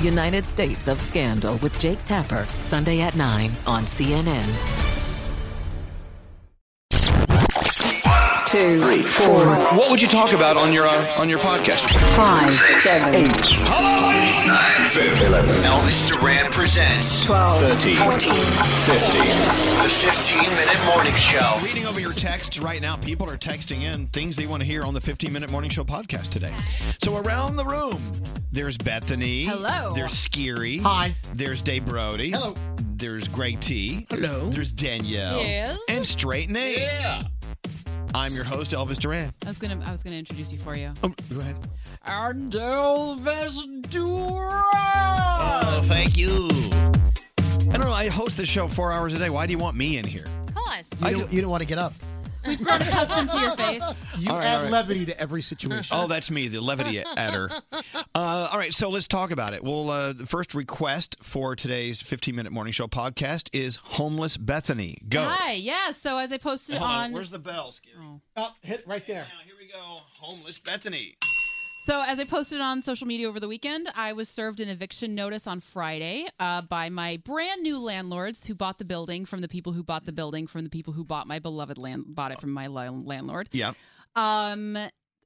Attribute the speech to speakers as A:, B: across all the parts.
A: United States of Scandal with Jake Tapper, Sunday at 9 on CNN.
B: Two, three, four.
C: What would you talk about on your uh, on your podcast?
B: Five, Six, seven, eight.
C: Hello. Eight, nine, seven, eleven. Elvis Duran presents.
B: Twelve,
C: thirteen,
B: fourteen,
C: fifteen. The fifteen-minute morning show.
D: Reading over your texts right now, people are texting in things they want to hear on the fifteen-minute morning show podcast today. So around the room, there's Bethany.
E: Hello.
D: There's Skiri.
F: Hi.
D: There's Dave Brody.
F: Hello.
D: There's Greg T.
F: Hello.
D: There's Danielle.
E: Yes.
D: And Straight Nate.
F: Yeah.
D: I'm your host, Elvis Duran.
E: I was gonna, I was gonna introduce you for you.
D: Oh, go ahead.
F: And Elvis Duran.
D: Oh, thank you. I don't know. I host the show four hours a day. Why do you want me in here?
E: Plus,
F: You, don't, you don't want to get up.
E: we've grown accustomed to your face.
F: You
D: All right, all
F: add
D: right.
F: levity to every situation.
D: Oh, that's me, the levity adder. Uh, all right, so let's talk about it. Well, uh, the first request for today's 15 minute morning show podcast is Homeless Bethany. Go.
E: Hi, yeah. So as I posted
D: Hold on,
E: on,
D: Where's the bell, Scary?
F: Up, Oh, hit right there.
D: Oh. Now, here we go. Homeless Bethany.
E: so as I posted on social media over the weekend, I was served an eviction notice on Friday uh, by my brand new landlords who bought the building from the people who bought the building from the people who bought my beloved land bought it from my la- landlord.
D: Yeah.
E: Um,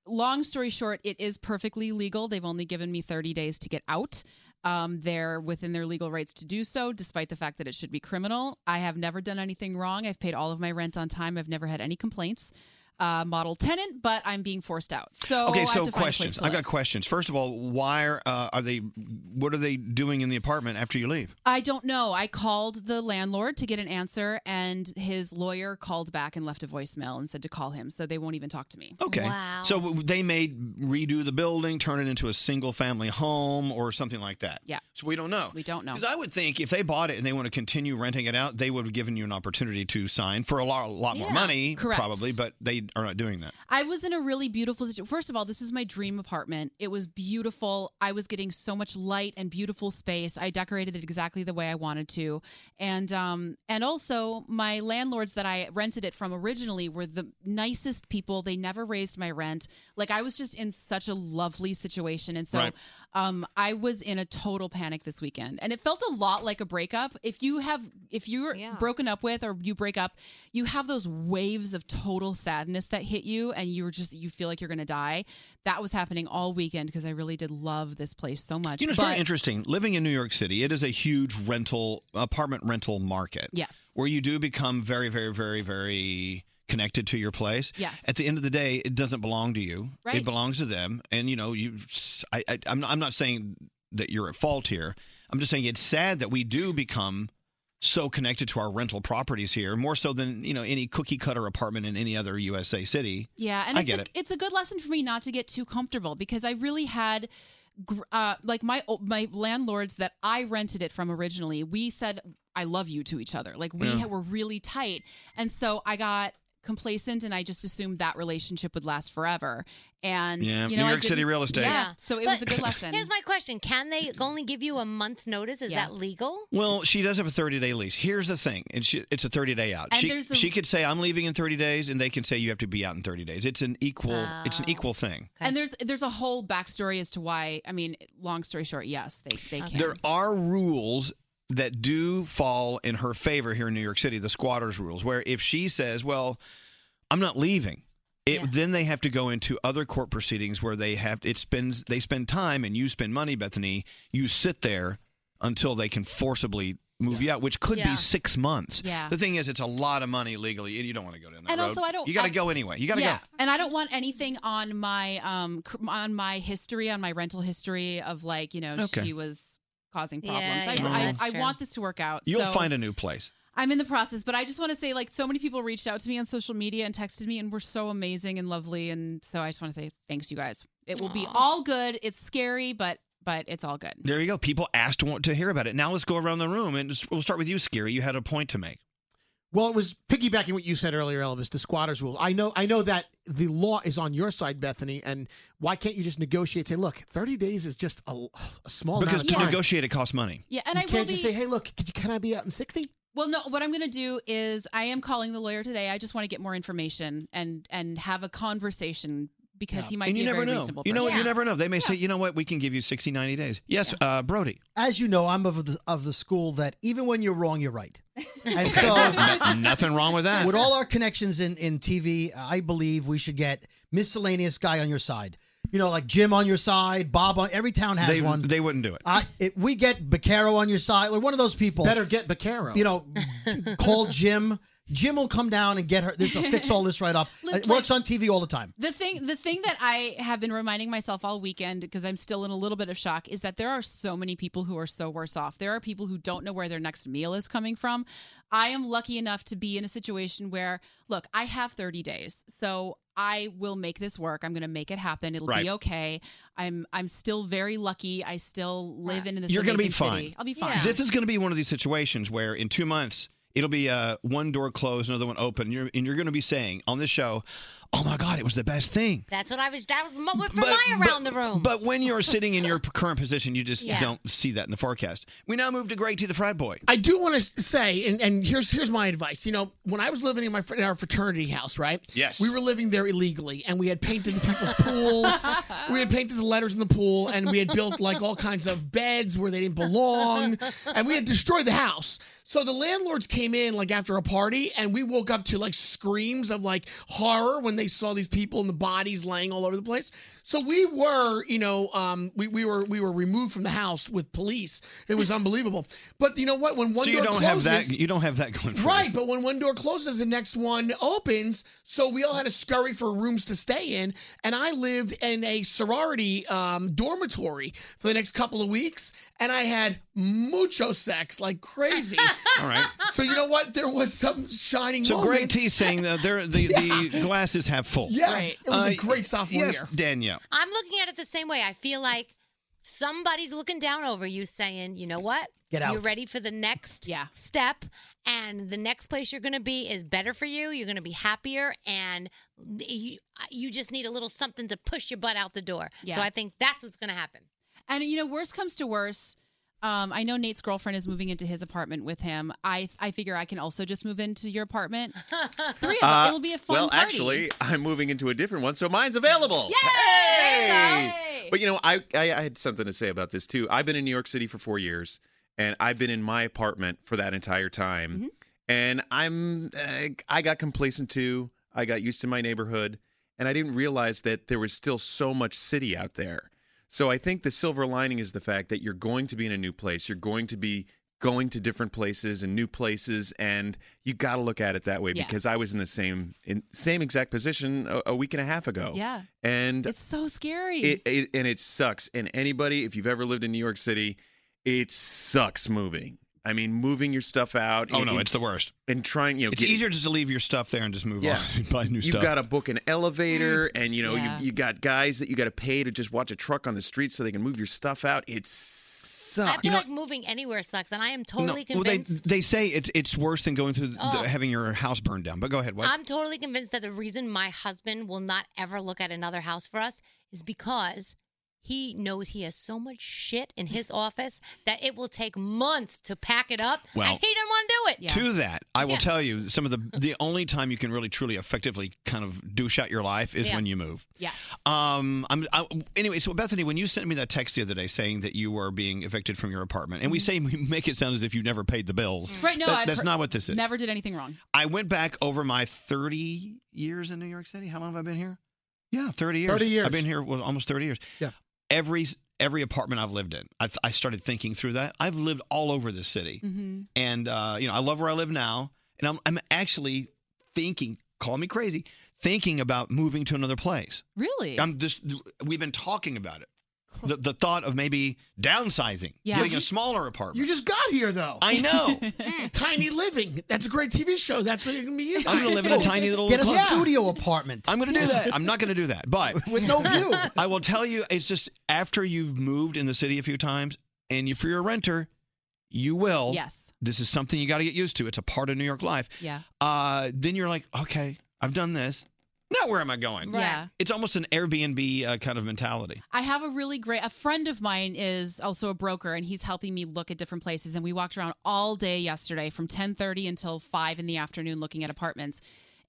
E: long story short, it is perfectly legal. They've only given me 30 days to get out. Um, they're within their legal rights to do so, despite the fact that it should be criminal. I have never done anything wrong. I've paid all of my rent on time. I've never had any complaints. uh, model tenant, but I'm being forced out. So I
D: okay,
E: have
D: so
E: to find a place
D: questions.
E: to
D: I've got
E: live.
D: questions. First of all, why are, uh, are they? What are they doing in the apartment after you leave?
E: I don't know. I called the landlord to get an answer, and his lawyer called back and left a voicemail and said to call him. So they won't even talk to me.
D: Okay. So w- they may redo the building, turn it into a single family home or something like that.
E: Yeah.
D: So we don't know.
E: We don't know.
D: Because I would think if they bought it and they want to continue renting it out, they would have given you an opportunity to sign for a lot, a lot more
E: Yeah,
D: money,
E: correct.
D: probably, but they are not doing that.
E: I was in a really beautiful situation. First of all, this is my dream apartment. It was beautiful. I was getting so much light and beautiful space. I decorated it exactly the way I wanted to, and um, and also my landlords that I rented it from originally were the nicest people. They never raised my rent. Like I was just in such a lovely situation, and so
G: Right.
E: um, I was in a total panic this weekend, and it felt a lot like a breakup. If you have, if you're broken up with, or you break up, you have those waves of total sadness that hit you, and you're just you feel like you're gonna die. That was happening all weekend because I really did love this place so much.
D: You know, it's
E: but
D: very interesting. Living in New York City, it is a huge rental apartment rental market.
E: Yes.
D: Where you do become very, very, very, very connected to your place.
E: Yes.
D: At the end of the day, it doesn't belong to you.
E: Right.
D: It belongs to them. And you know, you. I, I I'm not, I'm not saying that you're at fault here. I'm just saying it's sad that we do become so connected to our rental properties here, more so than you know any cookie cutter apartment in any other USA city.
E: Yeah, and
D: I
E: it's
D: get
E: a,
D: it.
E: it's a good lesson for me not to get too comfortable because I really had gr- uh, like my o- my landlords that I rented it from originally. We said I love you to each other. Like we
H: Yeah.
E: ha- were really tight, and so I got complacent and I just assumed that relationship would last forever. And
D: Yeah,
E: you know,
D: New
E: I
D: York City
E: didn't-
D: real estate.
E: Yeah,
D: Yeah.
E: so it was a
I: But
E: good lesson.
I: Here's my question: Can they only give you a month's notice? Is
E: Yeah.
I: that legal?
D: Well, she does have a 30 day lease. Here's the thing, and she, it's a 30 day out.
I: And
D: she
I: there's a-
D: she could say I'm leaving in 30 days, and they can say you have to be out in 30 days. It's an equal. it's an equal thing.
E: And there's there's a whole backstory as to why. I mean, long story short, yes, they they can.
D: There are rules that do fall in her favor here in New York City, the squatters rules, where if she says, "Well, I'm not leaving," it, then they have to go into other court proceedings where they have it spends they spend time and you spend money, Bethany. You sit there until they can forcibly move you out, which could
E: Yeah.
D: be six months.
E: Yeah.
D: The thing is, it's a lot of money legally, and you don't want to go down that
E: And
D: road.
E: also, I don't-
D: You got
E: I-
D: to go anyway. You got to
E: yeah,
D: go.
E: and I don't want anything on my um cr- on my history, on my rental history of like you know
D: Okay.
E: she was causing
I: Yeah,
E: problems. I,
I: yeah,
E: I,
I: that's
E: I
I: true.
E: want this to work out.
D: You'll
E: so
D: find a new place.
E: I'm in the process, but I just want to say like so many people reached out to me on social media and texted me, and were so amazing and lovely, and so I just want to say thanks, you guys. It will be all good. It's scary, but but it's all good.
D: There you go. People asked to want to hear about it. Now let's go around the room and just- we'll start with you, Scary. You had a point to make.
F: Well, it was piggybacking what you said earlier, Elvis, the squatters rule. I know I know that the law is on your side, Bethany, and why can't you just negotiate? Say, look, 30 days is just a, a small
D: Because
F: amount of
D: to
F: time.
D: negotiate, it costs money.
E: Yeah, and
F: you
E: I
F: can't
E: will
F: just
E: be-
F: say, hey, look, could you, can I be out in 60?
E: Well, no. What I'm going to do is I am calling the lawyer today. I just want to get more information and and have a conversation because he might
D: and
E: be
D: you
E: a
D: never
E: very
D: know.
E: reasonable.
D: You know
E: person.
D: what? You never know. They may say, you know what? We can give you 60, 90 days. Yes, uh, Brody.
J: As you know, I'm of the, of the school that even when you're wrong, you're right. And so,
D: Nothing wrong with that.
J: with all our connections in, in TV, I believe we should get miscellaneous guy on your side. You know, like Jim on your side, Bob on. Every town has
D: they,
J: one.
D: they wouldn't do it.
J: I, it, we get Baccaro on your side, like one of those people.
F: Better get Baccaro.
J: You know, call Jim. Jim will come down and get her. This will fix all this right up.
E: Look,
J: it works on TV all the time.
E: The thing, the thing that I have been reminding myself all weekend because I'm still in a little bit of shock is that there are so many people who are so worse off. There are people who don't know where their next meal is coming from. I am lucky enough to be in a situation where, look, I have 30 days, so I will make this work. I'm going to make it happen. It'll
D: Right.
E: be okay. I'm I'm still very lucky. I still live in this.
D: You're
E: going
D: gonna
E: to
D: be fine.
E: I'll be fine.
D: This is going to be one of these situations where in two months, it'll be uh, one door closed, another one open. You're, and you're going to be saying on this show, oh my God, it was the best thing.
I: That's what I was. That was my, for my around the room.
D: But when you're sitting in your p- current position, you just
I: Yeah.
D: don't see that in the forecast. We now move to Greg T. the Fried Boy.
F: I do want to say, and, and here's here's my advice. You know, when I was living in my fr- in our fraternity house, right?
D: Yes.
F: We were living there illegally, and we had painted the people's pool. We had painted the letters in the pool, and we had built like all kinds of beds where they didn't belong, and we had destroyed the house. So the landlords came in like after a party, and we woke up to like screams of like horror when they they saw these people and the bodies laying all over the place. So we were, you know, um, we, we were we were removed from the house with police. It was unbelievable. But you know what? When one
D: so you
F: door
D: don't
F: closes,
D: have that. You don't have that going. For
F: Right, but when one door closes, the next one opens. So we all had to scurry for rooms to stay in. And I lived in a sorority um, dormitory for the next couple of weeks. And I had mucho sex like crazy.
D: All right.
F: So you know what? There was some shining
D: So
F: moments.
D: Greg T saying that Uh, they're, the the
F: Yeah.
D: glass is half full.
F: Yeah, it was a
D: Uh,
F: great sophomore
D: yes,
F: year.
D: Danielle.
I: I'm looking at it the same way. I feel like somebody's looking down over you saying, you know what?
J: Get out.
I: You're ready for the next step, and the next place you're going to be is better for you. You're going to be happier, and you, you just need a little something to push your butt out the door.
E: Yeah.
I: So I think that's what's going to happen.
E: And you know, worst comes to worst, um, I know Nate's girlfriend is moving into his apartment with him. I I figure I can also just move into your apartment. Three of us.
G: Uh,
E: It'll be a fun
G: Well,
E: party.
G: actually, I'm moving into a different one, so mine's available.
E: Yay!
G: But you know, I, I I had something to say about this too. I've been in New York City for four years, and I've been in my apartment for that entire time.
E: Mm-hmm.
G: And I'm uh, I got complacent too. I got used to my neighborhood, and I didn't realize that there was still so much city out there. So I think the silver lining is the fact that you're going to be in a new place. You're going to be going to different places and new places and you got to look at it that way
E: Yeah.
G: because I was in the same in same exact position a, a week and a half ago.
D: oh.
E: Yeah.
D: uh,
G: And
E: It's so scary.
G: it, it and it sucks. And anybody, if you've ever lived in New York City, it sucks moving. I mean, moving your stuff out.
D: Oh, no, it's the worst.
G: And trying, you know,
D: It's
G: get-
D: easier just to leave your stuff there and just move on and buy new
G: You've
D: stuff.
G: got to book an elevator, and you know,
D: Yeah.
G: you, you got guys that you got to pay to just watch a truck on the street so they can move your stuff out. It sucks.
I: I feel like moving anywhere sucks, and I am totally
D: well, they,
I: convinced.
D: they say it's it's worse than going through the,
I: Oh.
D: having your house burned down. But go ahead. What?
I: I'm totally convinced that the reason my husband will not ever look at another house for us is because he knows he has so much shit in his office that it will take months to pack it up,
D: Well,
I: and he doesn't want to do it.
D: To that, I will
I: Yeah.
D: tell you some of the the only time you can really truly effectively kind of douche out your life is
I: Yeah.
D: when you move.
I: Yes.
D: Um. I'm, I, anyway, so Bethany, when you sent me that text the other day saying that you were being evicted from your apartment, and we say we make it sound as if you never paid the bills.
E: Right? No,
D: That-
E: I've
D: that's
E: heard-
D: not what this is.
E: Never did anything wrong.
D: I went back over my thirty years in New York City. How long have I been here? Yeah, thirty years.
H: 30 years.
D: I've been here well, almost thirty years. Yeah. Every every apartment I've lived in, I, I started thinking through that. I've lived all over the city
E: Mm-hmm.
D: and uh, you know I love where I live now, and I'm I'm actually thinking, call me crazy, thinking about moving to another place.
E: Really?
D: I'm just we've been talking about it. The, the thought of maybe downsizing,
F: Yeah.
D: getting a smaller apartment.
F: You just got here though.
D: I know.
I: Mm.
F: tiny living. That's a great TV show. That's what you're gonna be. You
D: I'm gonna
F: guys.
D: live in a tiny little
F: Get a
D: apartment.
F: studio.
J: apartment.
D: I'm going to do that. I'm not going to do that. But
J: With no view.
D: I will tell you, it's just after you've moved in the city a few times and if you're a renter, you will.
E: Yes.
D: This is something you got to get used to. It's a part of New York life.
E: Yeah.
D: Uh, then you're like, okay, I've done this. Now where am I going?
E: Right. Yeah.
D: It's almost an Airbnb uh, kind of mentality.
E: I have a really great a friend of mine is also a broker and he's helping me look at different places and we walked around all day yesterday from 10:30 until 5 in the afternoon looking at apartments.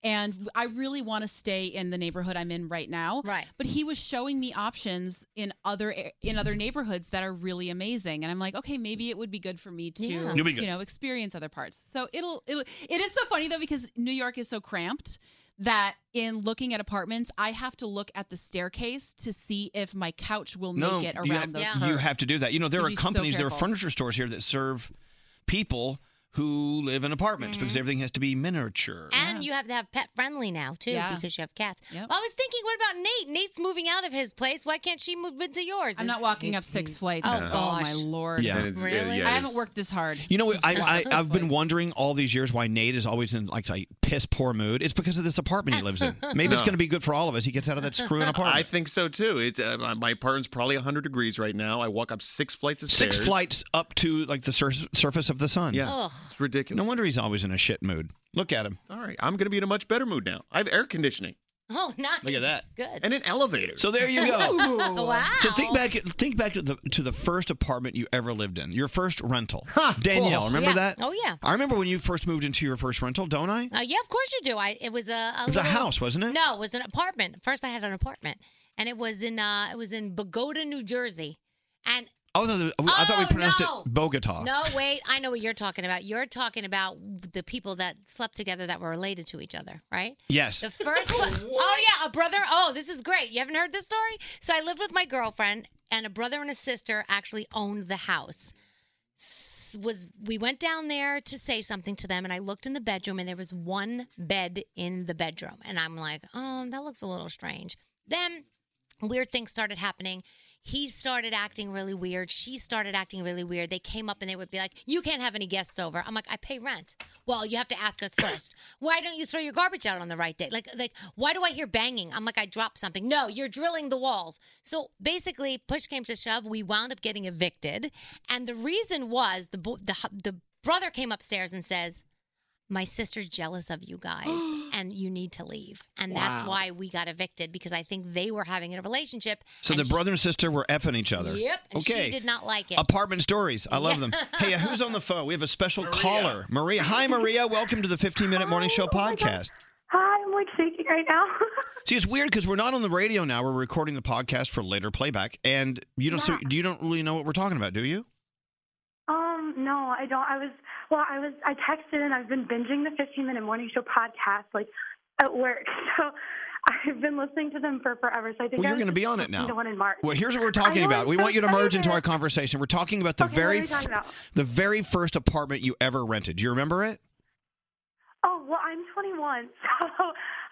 E: And I really want to stay in the neighborhood I'm in right now. Right. But he was showing me options in other a- in other neighborhoods that are really amazing, and I'm like, okay, maybe it would be good for me to
D: Yeah. You'll be good.
E: you know experience other parts. So it'll it'll it is so funny though because New York is so cramped that in looking at apartments, I have to look at the staircase to see if my couch will
D: no,
E: make it
D: you,
E: around
D: have,
E: those.
D: you
E: curves.
D: have to do that. You know, there
E: You'd
D: are
E: be so
D: companies, there are
E: careful.
D: furniture stores here that serve people who live in apartments
E: Mm-hmm.
D: because everything has to be miniature.
I: And you have to have pet friendly now too,
E: Yeah.
I: because you have cats. I was thinking, what about Nate? Nate's moving out of his place. Why can't she move into yours?
E: I'm not walking up six flights.
I: Oh,
E: Oh,
I: gosh.
E: my lord!
D: Yeah. And it's- uh, Really? yeah,
E: I haven't
D: it's-
E: worked this hard.
D: You know, I, I I've been wondering all these years why Nate is always in like a piss poor mood. It's because of this apartment he lives in. Maybe it's
G: No.
D: going to be good for all of us. He gets out of that screw in
G: I
D: apartment.
G: think so too. It's uh, my- my apartment's probably 100 degrees right now. I walk up six flights of stairs.
D: Six flights up to like the sur- surface of the sun.
G: Yeah. Ugh. It's ridiculous.
D: No wonder he's always in a shit mood. Look at him.
G: Sorry, I'm going to be in a much better mood now. I have air conditioning
I: Oh, nice.
D: Look at that.
I: Good.
G: and an elevator.
D: So there you go.
I: wow.
D: So think back, think back to the to the first apartment you ever lived in, your first rental. Danielle,
I: Oh.
D: remember
I: Yeah.
D: that?
I: Oh, yeah.
D: I remember when you first moved into your first rental, don't I?
I: Uh, yeah, of course you do. I it was a, a
D: It was a
I: little-
D: house, wasn't it?
I: No, it was an apartment. First, I had an apartment, and it was in uh, it was in Bogota, New Jersey, and
D: Oh, no, no, I thought we
I: Oh,
D: pronounced
I: no.
D: it Bogota.
I: No, wait. I know what you're talking about. You're talking about the people that slept together that were related to each other, right?
D: Yes.
I: The first one oh yeah, a brother. Oh, this is great. You haven't heard this story? So I lived with my girlfriend, and a brother and a sister actually owned the house. S- Was we went down there to say something to them, and I looked in the bedroom, and there was one bed in the bedroom, and I'm like, oh, that looks a little strange. Then weird things started happening. He started acting really weird. She started acting really weird. They came up and they would be like, You can't have any guests over. I'm like, I pay rent. Well, you have to ask us first. Why don't you throw your garbage out on the right day? Like, like, why do I hear banging? I'm like, I dropped something. No, you're drilling the walls. So basically, push came to shove. We wound up getting evicted. And the reason was the bo- the, hu- the brother came upstairs and says, my sister's jealous of you guys and you need to leave. And that's
D: Wow.
I: why we got evicted because I think they were having a relationship.
D: So
I: and
D: the brother and sister were effing each other.
I: Yep. And
D: okay.
I: she did not like it.
D: Apartment stories. I love them. Hey, uh, who's on the phone? We have a special caller, Maria. Hi, Maria. Welcome to the 15 Minute Morning
K: Oh
D: Show podcast.
K: Hi, I'm like shaking right now.
D: See, it's weird because we're not on the radio now. We're recording the podcast for later playback, and you don't. So you don't really know what we're talking about, do you?
K: um, no, I don't. I was well. I was. I texted and I've been binging the 15 minute morning show podcast like at work. So I've been listening to them for forever. So I think
D: Well,
K: I
D: you're
K: was
D: going to be
K: just
D: on it
K: listening
D: now.
K: to one in March.
D: Well, here's what we're
K: I
D: talking
K: know,
D: about.
K: I'm
D: We
K: so
D: want you to merge into
K: excited.
D: our conversation. We're talking about the
K: Okay, what are
D: very,
K: we talking about?
D: the very first apartment you ever rented. Do you remember it?
K: Oh well, I'm 21, so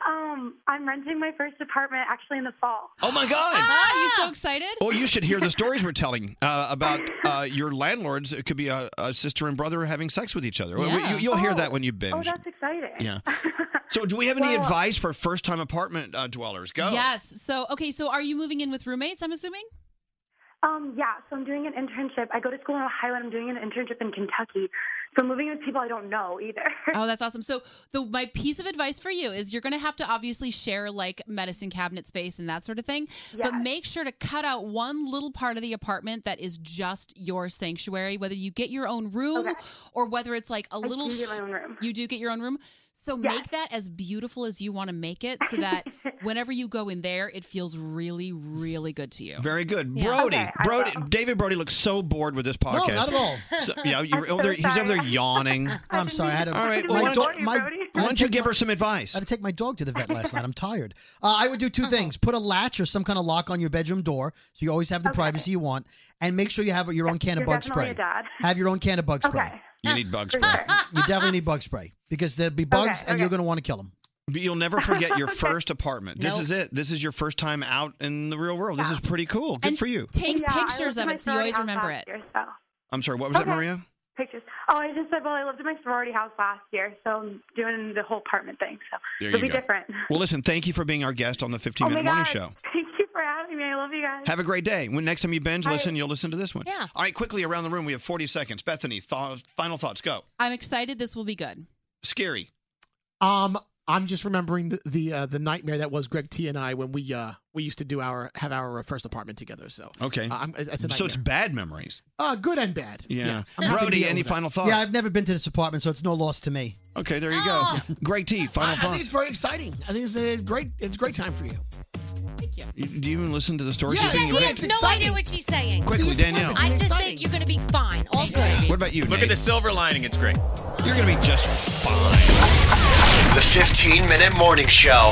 K: um, I'm renting my first apartment actually in the fall.
D: Oh my God!
K: Ah, you so excited?
D: Oh, you should hear the stories we're telling uh, about uh, your landlords. It could be a, a sister and brother having sex with each other. Well,
K: Yeah.
D: You, you'll hear
K: Oh.
D: that when you
K: Oh,
D: binge.
K: that's exciting.
D: yeah. So, do we have any
K: Well-
D: advice for first time apartment uh, dwellers? Go.
E: Yes. So, okay, so are you moving in with roommates, I'm assuming?
K: Um, yeah, so I'm doing an internship. I go to school in Ohio and I'm doing an internship in Kentucky. So moving with people I don't know either.
E: Oh, that's awesome. So, the my piece of advice for you is you're going to have to obviously share like medicine cabinet space and that sort of thing, but make sure to cut out one little part of the apartment that is just your sanctuary, whether you get your own room or whether it's like a
K: I
E: little
K: do get
E: sh-
K: my own room.
E: You do get your own room. So
K: Yes.
E: make that as beautiful as you want to make it so that whenever you go in there, it feels really really good to you.
D: Very good,
E: Yeah.
D: Brody.
E: Okay, I
D: Brody, David Brody looks so bored with this podcast.
J: not at all.
D: So, yeah,
J: I'm
D: you're
J: so
D: over there, he's over there
J: sorry.
D: yawning.
J: I'm sorry. I had
E: Oh.
J: a,
D: All right. Well,
J: my
D: why,
J: dog-
D: don't,
J: my- I
D: why
J: had
D: don't
J: to
D: you
J: take
D: give
J: my-
D: her some advice?
J: I had to take my dog to the vet last night. I'm tired. Uh, I would do
K: Uh-huh.
J: two things: put a latch or some kind of lock on your bedroom door, so you always have the privacy you want, and make sure you have your own can
K: You're
J: of bug spray.
K: definitely a dad.
J: Have your own can of bug spray.
D: You need bug
K: For
D: spray.
K: sure.
J: You definitely need bug spray because there'll be bugs,
K: Okay,
J: and you're
K: okay.
J: going to want to kill them.
D: But you'll never forget your first apartment. This
J: Nope.
D: is it. This is your first time out in the real world. This is pretty cool. Good
E: And
D: for you.
E: Take
K: Yeah, I
E: pictures
K: lived in
E: of
K: my
E: it so you always
K: sorority house
E: remember
K: last
E: it.
K: Year, so.
D: I'm sorry. What was that,
K: Okay.
D: Maria?
K: Pictures. Oh, I just said, well, I lived in my sorority house last year, so I'm doing the whole apartment thing. So
D: There
K: it'll
D: you
K: be
D: go.
K: different.
D: Well, listen, thank you for being our guest on the 15
K: oh my
D: Minute Morning
K: God.
D: Show.
K: Thank you for having me. I love you guys.
D: Have a great day. When next time you binge
K: Bye.
D: listen, you'll listen to this one. Yeah. All right, quickly around the room, we have 40 seconds. Bethany, th- final thoughts. Go.
E: I'm excited this will be good.
D: Scary.
F: Um, I'm just remembering the the, uh, the nightmare that was Greg T and I when we uh we used to do our have our first apartment together. So
D: Okay.
F: uh, I'm, it's a
D: so it's
F: nightmare.
D: bad memories.
F: uh, good and bad.
D: Yeah.
F: I'm happy to be
D: Brody,
F: over
D: any
F: that.
D: final thoughts?
J: Yeah, I've never been to this apartment, so it's no loss to me.
D: Okay, there you go. Great T,
F: Ah.
D: final
F: I, I think
D: thoughts.
F: it's very exciting. I think it's a great it's a great time for you.
D: You- Do you even listen to the stories?
F: Yeah,
D: you think
F: yeah,
D: you
F: yeah,
D: read?
F: it's
I: No idea what she's saying.
D: Quickly, Danielle.
I: I just think you're going to be fine. All good.
D: What about you?
L: Look at the silver lining. It's great.
D: You're going to be just fine.
G: The 15 Minute Morning Show.